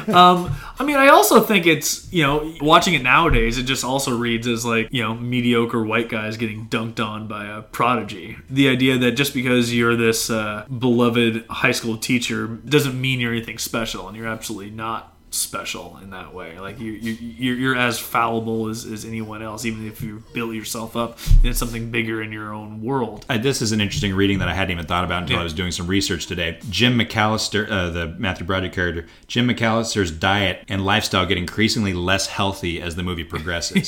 I mean, I also think it's you know watching it nowadays, it just also reads as like you know mediocre white guys getting dunked on by a prodigy. The idea that just because you're this uh, beloved high school teacher doesn't mean you're anything special, and you're absolutely not special in that way. Like you, you you're, you're as fallible as, as anyone else, even if you build yourself up in something bigger in your own world.
Uh, this is an interesting reading that I hadn't even thought about until
Yeah.
I was doing some research today. Jim McAllister, uh, the Matthew Broderick character, Jim McAllister's diet and lifestyle get increasingly less healthy as the movie progresses.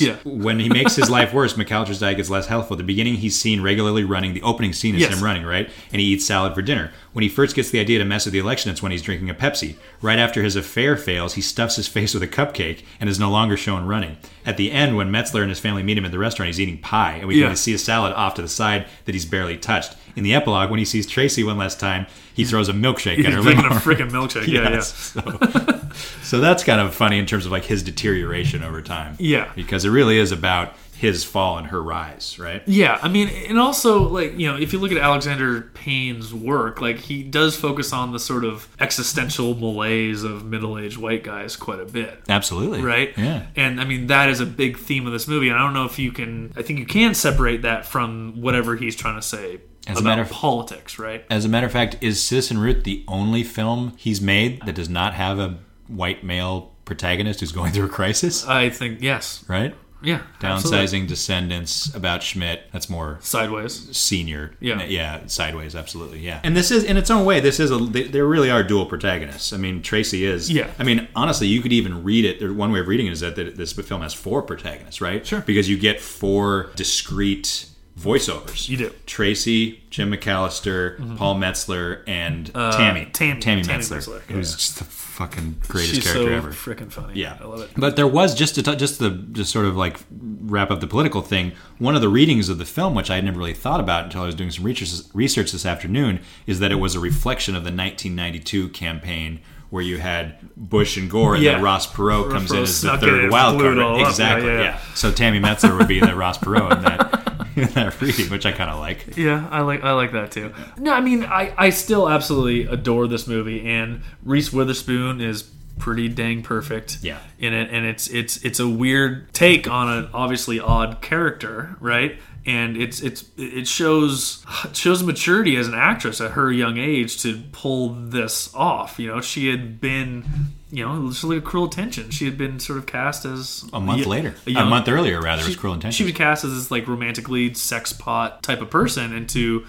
Yeah.
When he makes his life worse, McAllister's diet gets less healthful. At the beginning, he's seen regularly running. The opening scene is
Yes.
him running, right? And he eats salad for dinner. When he first gets the idea to mess with the election, it's when he's drinking a Pepsi. Right after his affair fails, he stuffs his face with a cupcake and is no longer shown running. At the end, when Metzler and his family meet him at the restaurant, he's eating pie, and we
Yeah.
can see a salad off to the side that he's barely touched. In the epilogue, when he sees Tracy one last time, he throws a milkshake at
Mm. He's "Oh."
her.
drinking a
limo.
freaking milkshake. Yeah, yeah.
Yes. So, so that's kind of funny in terms of like his deterioration over time.
Yeah.
Because it really is about his fall and her rise, right?
Yeah, I mean, and also like you know, if you look at Alexander Payne's work, like he does focus on the sort of existential malaise of middle-aged white guys quite a bit,
Absolutely.
right?
Yeah.
and I mean that is a big theme of this movie, and I don't know if you can, I think you can separate that from whatever he's trying to say
As a
about
matter of-
politics, right?
As a matter of fact, is Citizen Root the only film he's made that does not have a white male protagonist who's going through a crisis?
I think yes,
Right?
yeah, absolutely.
Downsizing Descendants about Schmidt. That's more
sideways,
senior.
Yeah.
yeah, sideways, absolutely, yeah. And this is, in its own way, this is a. They, there really are dual protagonists. I mean, Tracy is.
Yeah.
I mean, honestly, you could even read it. there- One way of reading it is that that this film has four protagonists, right? Sure. Because you get four discrete voiceovers.
You do.
Tracy, Jim McAllister, Paul Metzler, and Mm-hmm. Uh, Tammy.
Tammy-
Tammy,
Tammy
Metzler,
Metzler,
who's just the fucking greatest
she's
character
so
ever.
freaking funny.
Yeah,
I love it.
But there was just to t- just the just sort of like wrap up the political thing. One of the readings of the film, which I had never really thought about until I was doing some research, research this afternoon, is that it was a reflection of the 1992 campaign. Where you had Bush and Gore, and
Yeah.
then Ross Perot comes in
Perot
as the
snuck in
third
and
wild
blew it
card.
all up. Yeah,
Exactly.
yeah.
Yeah, So Tammy Metzler would be the Ross Perot in that in that reading, which I kind of like.
Yeah, I like I like that too. No, I mean I, I still absolutely adore this movie and Reese Witherspoon is pretty dang perfect
Yeah.
in it and it's it's it's a weird take on an obviously odd character, right? And it's it's it shows it shows maturity as an actress at her young age to pull this off. You know, she had been you know, just look at Cruel Attention. She had been sort of cast as
A month
y-
later,
a
a,
young-
month earlier, rather, was Cruel Intentions.
she was cast as this like romantically sex pot type of person and to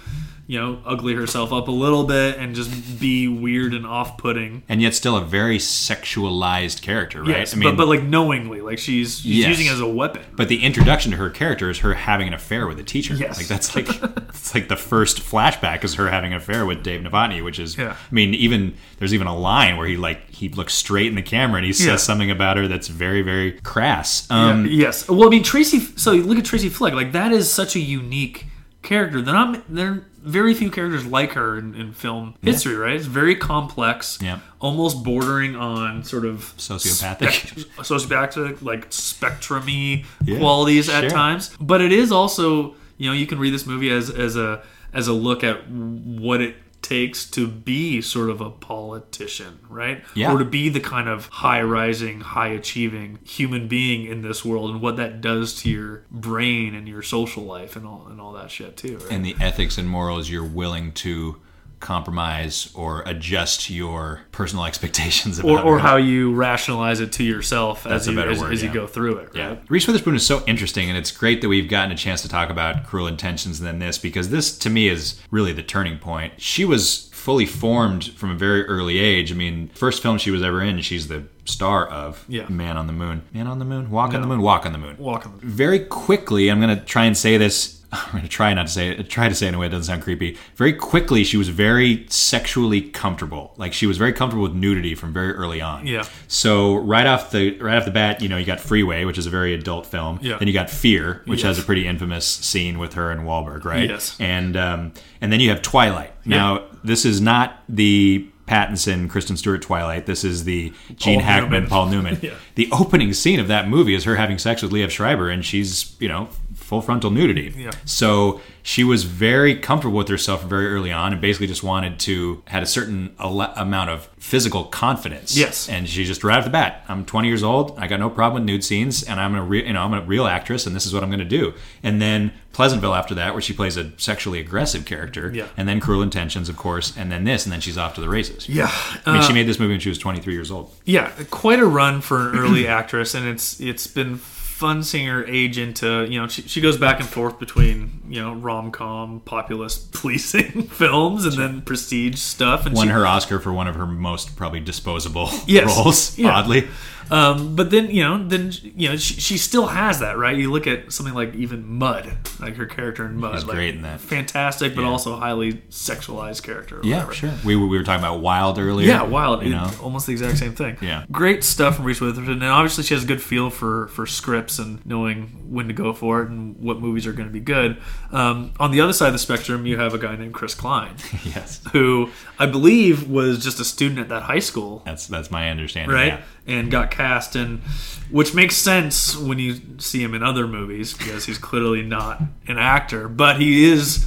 you know ugly herself up a little bit and just be weird and off-putting
and yet still a very sexualized character, right?
yes but, but like knowingly like she's, she's
Yes.
using it as a weapon
But the introduction to her character is her having an affair with a teacher.
Yes.
Like that's like it's like the first flashback is her having an affair with Dave Novotny, which is
Yeah.
I mean, even there's even a line where he like he looks straight in the camera and he says
Yeah.
something about her that's very, very crass.
Yeah,
Um
yes well i mean tracy so you look at tracy flick like that is such a unique character they're not there are very few characters like her in, in film history right it's very complex
Yeah.
almost bordering on sort of
Sociopathic.
spec- sociopathic like spectrumy
Yeah,
qualities at
sure.
times but it is also you know you can read this movie as as a as a look at what it takes to be sort of a politician right
Yeah.
or to be the kind of high rising high achieving human being in this world and what that does to your brain and your social life and all and all that shit too right?
and the ethics and morals you're willing to compromise or adjust your personal expectations about
or, or
it.
how you rationalize it to yourself
That's
as
a
you
better
as,
word,
as you
yeah.
go through it.
Yeah.
Right?
Reese Witherspoon is so interesting, and it's great that we've gotten a chance to talk about Cruel Intentions and then this, because this, to me, is really the turning point. She was fully formed from a very early age. I mean, first film she was ever in, she's the star of
Yeah.
Man on the Moon. Man on the Moon? Walk on the Moon? Walk on the Moon.
Walk on the-
Very quickly, I'm going to try and say this. I'm going to try not to say it, try to say it in a way that doesn't sound creepy. Very quickly, she was very sexually comfortable. Like, she was very comfortable with nudity from very early on.
Yeah.
So right off the right off the bat, you know, you got Freeway, which is a very adult film.
Yeah.
Then you got Fear, which
Yes.
has a pretty infamous scene with her and Wahlberg, right?
Yes.
And um, and then you have Twilight. Now this is not the Pattinson, Kristen Stewart Twilight. This is the
Paul
Gene Hackman,
Newman.
Paul Newman.
Yeah.
The opening scene of that movie is her having sex with Liev Schreiber, and she's you know full frontal nudity.
Yeah.
So she was very comfortable with herself very early on, and basically just wanted to had a certain al- amount of physical confidence.
Yes.
And she just right off the bat, I'm 20 years old. I got no problem with nude scenes, and I'm a real, you know, I'm a real actress, and this is what I'm going to do. And then Pleasantville after that, where she plays a sexually aggressive character.
Yeah.
And then Cruel Intentions, of course, and then this, and then she's off to the races.
Yeah.
I
Uh,
mean, she made this movie when she was 23 years old.
yeah, quite a run for an early actress, and it's it's been fun seeing her age into you know she, she goes back and forth between you know rom com populist pleasing films and then prestige stuff and
Won
she,
her Oscar for one of her most probably disposable
Yes.
roles,
Yeah.
oddly.
um but then you know then you know she, she still has that right you look at something like even Mud like her character in Mud
She's
like,
great in that.
fantastic but
Yeah.
also highly sexualized character or
Yeah,
whatever.
sure. We, we were talking about Wild earlier.
Yeah, wild.
You
It-
know,
almost the exact same thing.
Yeah.
Great stuff from Reese Witherspoon, and obviously she has a good feel for for scripts and knowing when to go for it and what movies are going to be good. Um, on the other side of the spectrum, you have a guy named Chris Klein,
yes.
who I believe was just a student at that high school,
That's that's my understanding.
right?
yeah.
And got cast, and which makes sense when you see him in other movies because he's clearly not an actor, but he is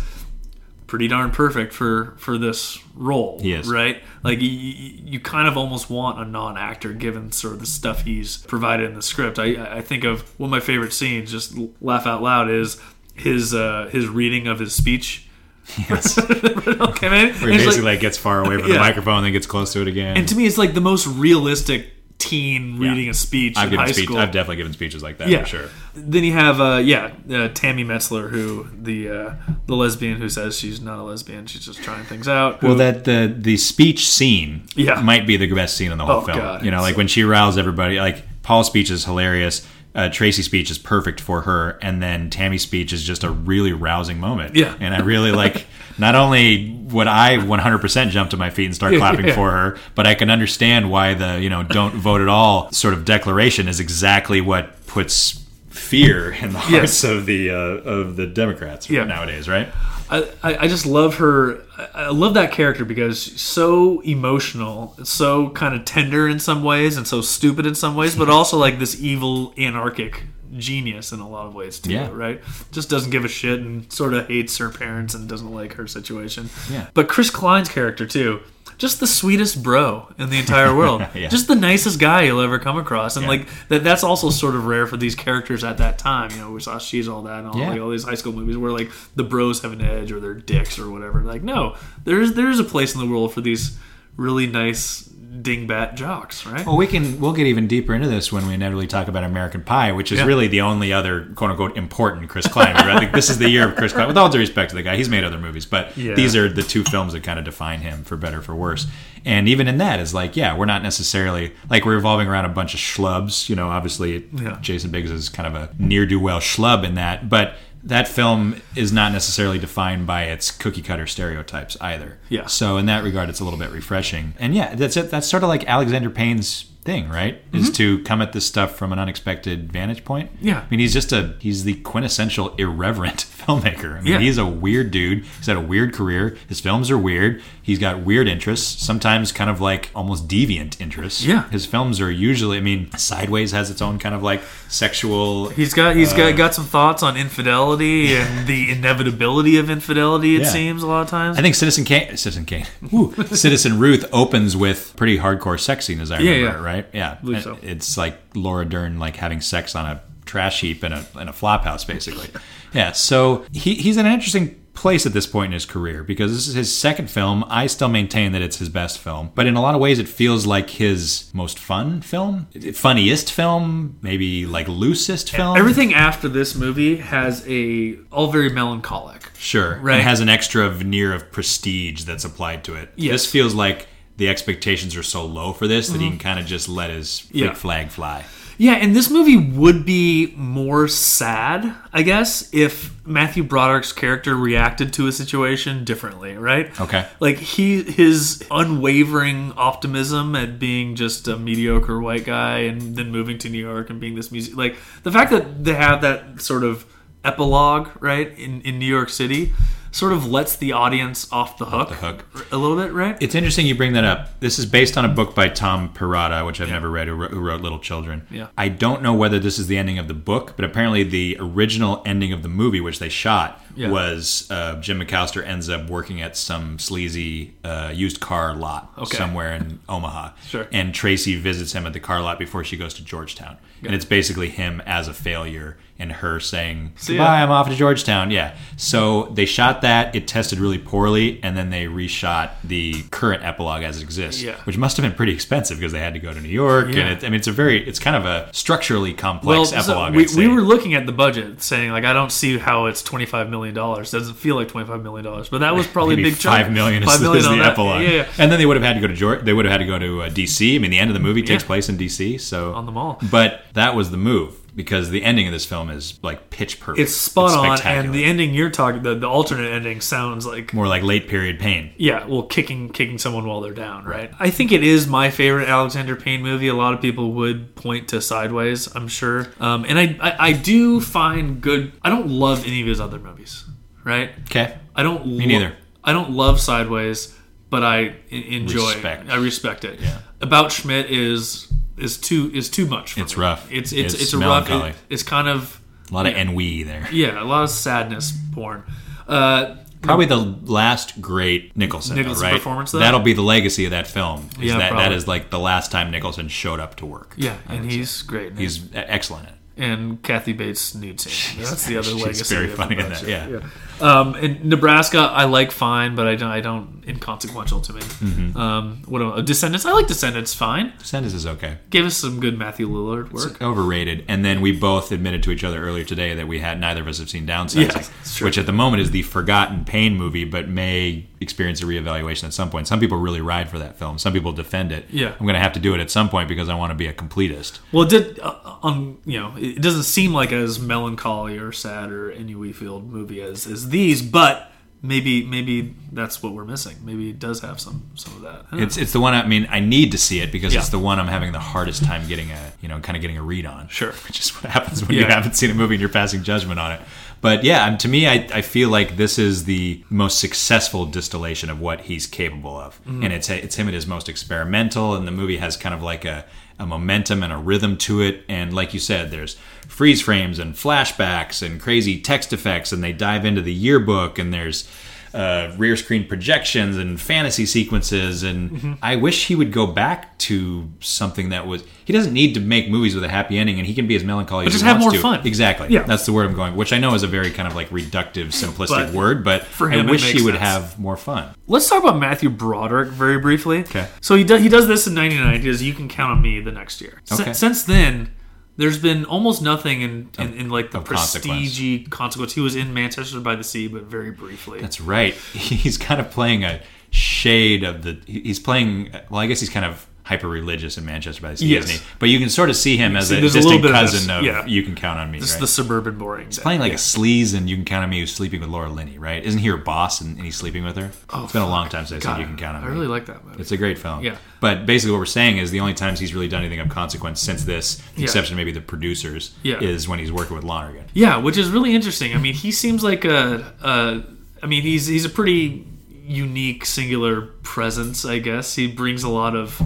pretty darn perfect for for this role.
He is.
right. Like you, you kind of almost want a non-actor given sort of the stuff he's provided in the script. I I think of one of my favorite scenes, just laugh out loud, is his uh, his reading of his speech.
Yes.
okay, man.
Where he basically like, gets far away from
Yeah.
the microphone, then gets close to it again.
And to me, it's like the most realistic teen reading a speech
I've
in
given
high
speech,
school.
I've definitely given speeches like that
yeah,
for sure.
Then you have, uh, yeah, uh, Tammy Metzler, who the uh, the lesbian who says she's not a lesbian, she's just trying things out.
Well,
who-
that the the speech scene
Yeah.
might be the best scene in the whole
Oh,
film.
God.
You know, like when she riles everybody. Like Paul's speech is hilarious. Uh, Tracy's speech is perfect for her, and then Tammy's speech is just a really rousing moment.
Yeah.
and I really like. Not only would I 100% jump to my feet and start
Yeah,
clapping
yeah.
for her, but I can understand why the you know don't vote at all sort of declaration is exactly what puts fear in the hearts
Yes.
of the uh, of the Democrats
Yeah.
nowadays, right?
I, I I just love her. I- I love that character because she's so emotional, so kind of tender in some ways, and so stupid in some ways, but also like this evil anarchic genius in a lot of ways too.
Yeah.
Right? Just doesn't give a shit and sort of hates her parents and doesn't like her situation.
Yeah.
But Chris Klein's character too. Just the sweetest bro in the entire world.
Yeah.
Just the nicest guy you'll ever come across, and
Yeah.
like that—that's also sort of rare for these characters at that time. You know, we saw she's all that and all,
Yeah.
like, all these high school movies where like the bros have an edge or they're dicks or whatever. Like, no, there's there's a place in the world for these really nice dingbat jocks, right?
Well, we can we'll get even deeper into this when we inevitably talk about American Pie, which is
Yeah.
really the only other quote unquote important Chris Klein. movie, Right? Like, this is the year of Chris Klein. With all due respect to the guy, he's made other movies, but
Yeah.
these are the two films that kind of define him for better or for worse. And even in that is like, yeah, we're not necessarily like we're revolving around a bunch of schlubs. You know, obviously
Yeah.
Jason Biggs is kind of a near do well schlub in that, but. That film is not necessarily defined by its cookie cutter stereotypes either.
Yeah.
So in that regard, it's a little bit refreshing. And yeah, that's it. That's sort of like Alexander Payne's thing, right? Is to come at this stuff from an unexpected vantage point.
Mm-hmm. Yeah.
I mean, he's just a he's the quintessential irreverent filmmaker. I mean,
Yeah.
he's a weird dude. He's had a weird career. His films are weird. He's got weird interests, sometimes kind of like almost deviant interests.
Yeah.
His films are usually, I mean, Sideways has its own kind of like sexual
He's got he's got got some thoughts on infidelity and the inevitability of infidelity. It
Yeah.
seems a lot of times.
I think Citizen Kane, Citizen Kane, Woo. Citizen Ruth opens with pretty hardcore sex scene, as I
Yeah,
remember,
yeah.
right? Yeah,
Believe so.
it's like Laura Dern like having sex on a trash heap in a in a flop house, basically. yeah, so he, he's in an interesting place at this point in his career because this is his second film. I still maintain that it's his best film, but in a lot of ways, it feels like his most fun film, funniest film, maybe like loosest film.
E, Everything after this movie has a all very melancholic.
Sure.
Right.
It has an extra veneer of prestige that's applied to it.
Yes.
This feels like the expectations are so low for this that he can kind of just let his freak
Mm-hmm. Yeah.
flag fly.
Yeah, and this movie would be more sad, I guess, if Matthew Broderick's character reacted to a situation differently, right?
Okay.
Like he his unwavering optimism at being just a mediocre white guy and then moving to New York and being this music like the fact that they have that sort of epilogue, right, in, in New York City sort of lets the audience off the hook,
hook.
a little bit, right?
It's interesting you bring that up. This is based on a book by Tom Perrotta, which I've never read, who wrote, who wrote Little Children.
Yeah.
I don't know whether this is the ending of the book, but apparently the original ending of the movie, which they shot,
Yeah.
was uh, Jim McAllister ends up working at some sleazy uh, used car lot
Okay.
somewhere in Omaha.
Sure.
And Tracy visits him at the car lot before she goes to Georgetown. And it's basically him as a failure and her saying,
ya.
Goodbye, I'm off to Georgetown. Yeah. So they shot that. It tested really poorly, and then they reshot the current epilogue as it exists,
Yeah.
which must have been pretty expensive because they had to go to New York.
Yeah.
And it, I mean, it's a very, it's kind of a structurally complex
so
epilogue.
we,
I'd say.
we were looking at the budget, saying like, I don't see how it's twenty five million dollars. Doesn't feel like twenty five million dollars, but that was probably a
Maybe
big chunk.
five million is,
million
is
on
the
that.
epilogue,
Yeah, yeah.
and then they would have had to go to Georgia. They would have had to go to uh, DC. I mean, the end of the movie takes
Yeah.
place in DC, so
On the mall.
But that was the move because the ending of this film is like pitch perfect.
It's spot on,
spectacular.
and the ending you're talking, the, the alternate ending sounds like
more like late period pain.
Yeah, well, kicking kicking someone while they're down, right? I think it is my favorite Alexander Payne movie. A lot of people would point to Sideways, I'm sure, um, and I, I I do find good. I don't love any of his other movies, right?
Okay,
I don't. Me
neither.
I don't love Sideways, but I en- enjoy.
Respect.
I respect it. About Schmidt is is too is too much. For
It's
me.
rough.
It's it's it's,
It's
a rough.
melancholy.
it- it's kind of
a lot of ennui there.
yeah, a lot of sadness porn. Uh,
Probably the last great Nicholson, though,
Nicholson
right?
performance, though?
That'll be the legacy of that film. is
Yeah,
that, that
probably.
is like the last time Nicholson showed up to work.
yeah, and he's great. in it.
he's e-, excellent. At it.
and Kathy Bates nude scene. That's the other
She's
legacy.
very
of
funny in
Bunch.
that. Yeah.
Um, and Nebraska, I like fine, but I don't. I don't inconsequential to me.
Mm-hmm.
Um, what am- Descendants? I like Descendants. Fine.
Sanders is okay.
Gave us some good Matthew Lillard work.
Overrated. And then we both admitted to each other earlier today that we had neither of us have seen Downsizing,
Yes, it's true.
which at the moment is the forgotten pain movie, but may experience a reevaluation at some point. Some people really ride for that film. Some people defend it.
Yeah.
I'm going to have to do it at some point because I want to be a completist.
Well, it did uh, on you know it doesn't seem like as melancholy or sad or inui field movie as as these, but maybe maybe that's what we're missing. Maybe it does have some some of that. I don't
It's it's the one. I mean, I need to see it because
Mm. Yeah.
it's the one I'm having the hardest time getting a you know kind of getting a read on.
Sure.
which is what happens when you
Yeah.
haven't seen a movie and you're passing judgment on it. But yeah, um, to me, I, I feel like this is the most successful distillation of what he's capable of, and it's it's him at his most experimental, and the movie has kind of like a a momentum and a rhythm to it, and like you said, there's freeze frames and flashbacks and crazy text effects, and they dive into the yearbook, and there's uh, rear screen projections and fantasy sequences. And I wish he would go back to something that was. He doesn't need to make movies with a happy ending, and he can be as melancholy as
just
he
have
wants
more
to.
fun.
Exactly.
Yeah.
that's the word I'm going. Which I know is a very kind of like reductive, simplistic
But
word, but
for him
I
it
wish
makes
he would
sense.
have more fun.
Let's talk about Matthew Broderick very briefly.
Okay.
So he does he does this in '99. He does "You Can Count on Me" the next year. S-
Okay.
since then, there's been almost nothing in in, in like the
Of consequence.
prestige consequence. He was in Manchester by the Sea, but very briefly.
That's right. He's kind of playing a shade of the. he- He's playing. Well, I guess he's kind of hyper religious in Manchester by the Sea,
Yes.
isn't he? But you can sort of see him as
See,
a
there's a
distant
little bit of
cousin
this.
of,
Yeah.
"You Can Count on Me."
This is
right?
the suburban boring.
He's playing like a sleaze and you can count on me who's sleeping with Laura Linney, right? Isn't he her boss and, and he's sleeping with her? it's been a long time since I said you can count on
Oh, I
me.
really like that movie.
it's a great film.
Yeah.
But basically what we're saying is the only times he's really done anything of consequence since this, the
Yeah.
exception of maybe the producers,
Yeah.
is when he's working with Lonergan.
Yeah, which is really interesting. I mean, he seems like a, a I mean, he's he's a pretty unique, singular presence, I guess. He brings a lot of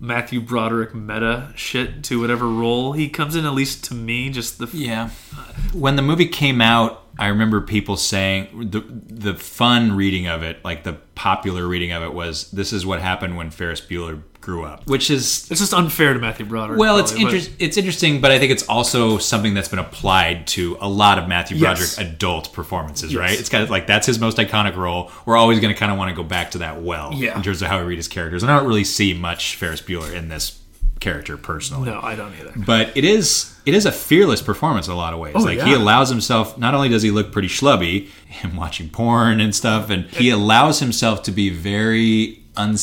Matthew Broderick meta shit to whatever role he comes in. At least to me, just the
Yeah. When the movie came out, I remember people saying the the fun reading of it, like the popular reading of it was this is what happened when Ferris Bueller grew up, which is
It's just unfair to Matthew Broderick.
well, it's
probably, but-
inter- it's interesting, but I think it's also something that's been applied to a lot of Matthew
Yes.
Broderick adult performances,
Yes.
right? It's kind of like that's his most iconic role. We're always going to kind of want to go back to that well
Yeah.
in terms of how we read his characters. And I don't really see much Ferris Bueller in this character personally.
No, I don't either.
But it is it is a fearless performance in a lot of ways. like he
Oh, yeah.
allows himself not only does he look pretty schlubby, him watching porn and stuff, and he allows himself to be very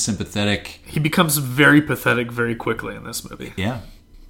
unsympathetic
He becomes very pathetic very quickly in this movie.
Yeah.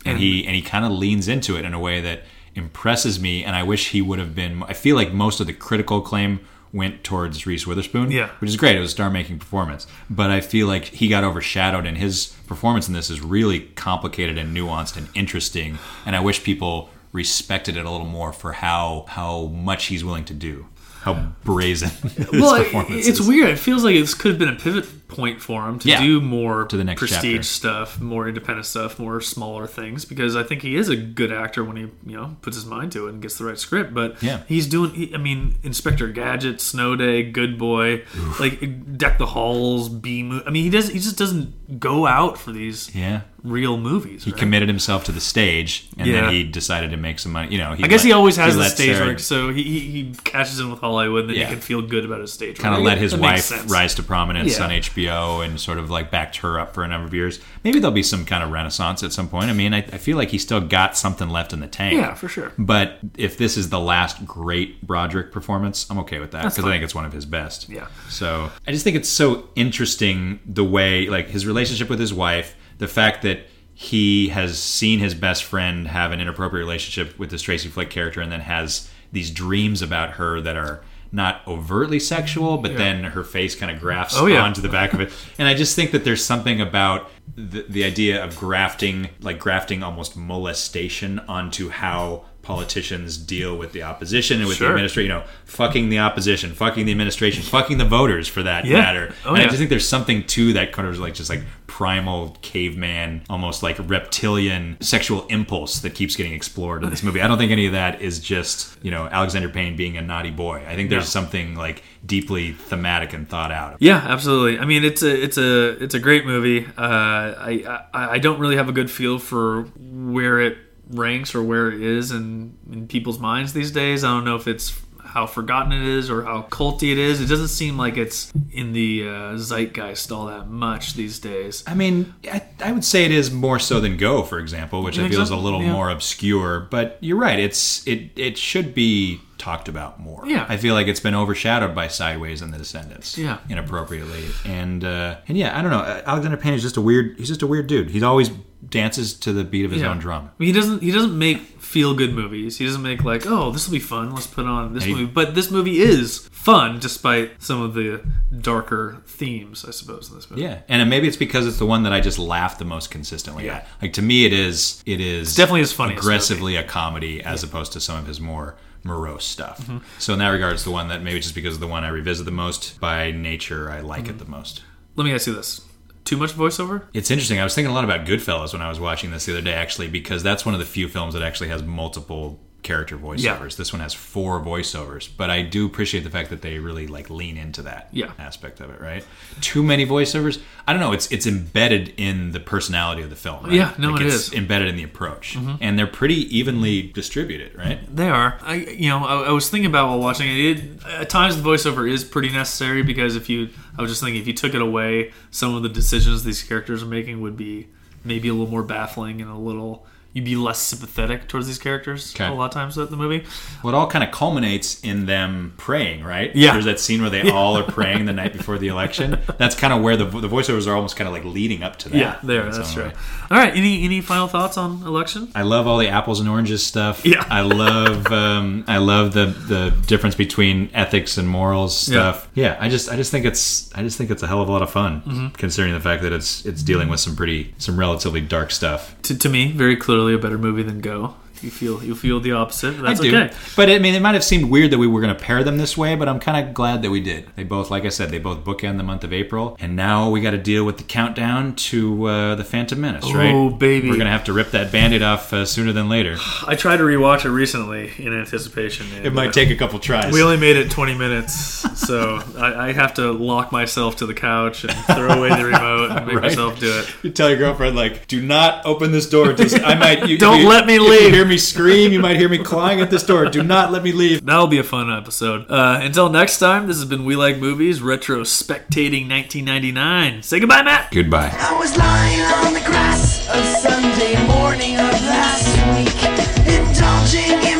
And he and he kind of leans into it in a way that impresses me and I wish he would have been I feel like most of the critical acclaim went towards Reese Witherspoon,
Yeah.
which is great. It was a star-making performance, but I feel like he got overshadowed and his performance in this is really complicated and nuanced and interesting, and I wish people respected it a little more for how how much he's willing to do. How brazen his
well,
performance
it's
is.
weird. It feels like this could have been a pivot point for him to
Yeah.
do more to
the next
prestige
chapter.
stuff, more independent stuff, more smaller things. Because I think he is a good actor when he you know puts his mind to it and gets the right script. But
Yeah.
he's doing. He, I mean, Inspector Gadget, Snow Day, Good Boy, like Deck the Halls, B movie. I mean, he does. He just doesn't go out for these
Yeah.
real movies.
He
right?
committed himself to the stage and
Yeah.
then he decided to make some money. You know, he
I guess he always has the
let
stage
Sarah-
work, so he, he, he catches in with Hollywood, and then
Yeah.
he can feel good about his stage.
kind of
work.
let his
That makes
wife
sense.
rise to prominence
Yeah.
on HBO and sort of like backed her up for a number of years. Maybe there'll be some kind of renaissance at some point. I mean, I, I feel like he's still got something left in the tank.
Yeah, for sure.
But if this is the last great Broderick performance, I'm okay with that because I
fine.
think it's one of his best.
Yeah.
So I just think it's so interesting the way, like, his relationship with his wife, the fact that he has seen his best friend have an inappropriate relationship with this Tracy Flick character and then has these dreams about her that are not overtly sexual, but then her face kind of grafts
Oh, yeah.
onto the back of it. And I just think that there's something about the, the idea of grafting, like grafting almost molestation onto how politicians deal with the opposition and with
Sure.
the administration. You know, fucking the opposition, fucking the administration, fucking the voters for that
Yeah.
matter.
Oh,
and I
yeah.
just think there's something to that kind of like just like primal caveman, almost like reptilian sexual impulse that keeps getting explored in this movie. I don't think any of that is just, you know, Alexander Payne being a naughty boy. I think there's
No.
something like deeply thematic and thought out.
Yeah, absolutely. I mean, it's a it's a it's a great movie. Uh, I, I I don't really have a good feel for where it ranks or where it is in in people's minds these days. I don't know if it's how forgotten it is or how culty it is. It doesn't seem like it's in the uh, zeitgeist all that much these days.
I mean, I, I would say it is more so than Go, for example, which I
think
feel
so?
is a little
Yeah.
more obscure. But you're right; it's it it should be talked about more.
Yeah.
I feel like it's been overshadowed by Sideways and The Descendants.
Yeah.
inappropriately, and uh, and yeah, I don't know. Uh, Alexander Payne is just a weird. He's just a weird dude. He always dances to the beat of his
Yeah.
own drum.
I mean, he doesn't he doesn't make feel good movies. He doesn't make like, oh, this will be fun. Let's put on this
Hey.
movie. But this movie is fun, despite some of the darker themes, I suppose, in this movie.
Yeah, and maybe it's because it's the one that I just laugh the most consistently
Yeah.
at. Like to me, it is it is
definitely his funniest
aggressively a comedy as opposed to some of his more morose stuff.
Mm-hmm.
So in that regard, it's the one that maybe just because of the one I revisit the most by nature, I
Mm-hmm.
like it the most.
Let me ask you this: too much voiceover?
It's interesting. I was thinking a lot about Goodfellas when I was watching this the other day, actually, because that's one of the few films that actually has multiple character voiceovers.
Yeah.
This one has four voiceovers, but I do appreciate the fact that they really like lean into that
Yeah.
aspect of it. Right? Too many voiceovers. I don't know. It's it's embedded in the personality of the film. Right?
Yeah, no,
like
it
it's
is. Mm-hmm.
embedded in the approach, and they're pretty evenly distributed. Right?
They are. I, you know, I, I was thinking about while watching it. it. At times, the voiceover is pretty necessary because if you, I was just thinking, if you took it away, some of the decisions these characters are making would be maybe a little more baffling and a little. You'd be less sympathetic towards these characters
Okay.
a lot of times at the movie.
Well, it all kind of culminates in them praying, right?
Yeah.
There's that scene where they all are praying the night before the election. That's kind of where the, the voiceovers are almost kind of like leading up to that.
Yeah,
in
there.
its
That's
own
true.
way.
All right. Any any final thoughts on election?
I love all the apples and oranges stuff.
Yeah.
I love um, I love the the difference between ethics and morals
Yeah.
stuff. Yeah. I just I just think it's I just think it's a hell of a lot of fun
Mm-hmm.
considering the fact that it's it's dealing with some pretty some relatively dark stuff.
To, to me, very clearly a better movie than Go. You feel you feel the opposite. but That's
I do.
okay.
But I mean, it might have seemed weird that we were going to pair them this way, but I'm kind of glad that we did. They both, like I said, they both bookend the month of April, and now we got to deal with the countdown to uh, the Phantom Menace, right?
Oh, baby.
We're going to have to rip that bandit off uh, sooner than later.
I tried to rewatch it recently in anticipation. and,
It
uh,
might take a couple tries.
We only made it 20 minutes, so I, I have to lock myself to the couch and throw away the remote and make
Right.
myself do it.
You tell your girlfriend like, "Do not open this door." Just, I might. You,
Don't
if you-
let me
if You
leave.
hear me scream. You might hear me clawing at this door. Do not let me leave.
That'll be a fun episode. Uh, until next time, this has been We Like Movies Retrospectating 1999. Say goodbye, Matt.
Goodbye.
I was lying on the grass of Sunday morning of last week, indulging in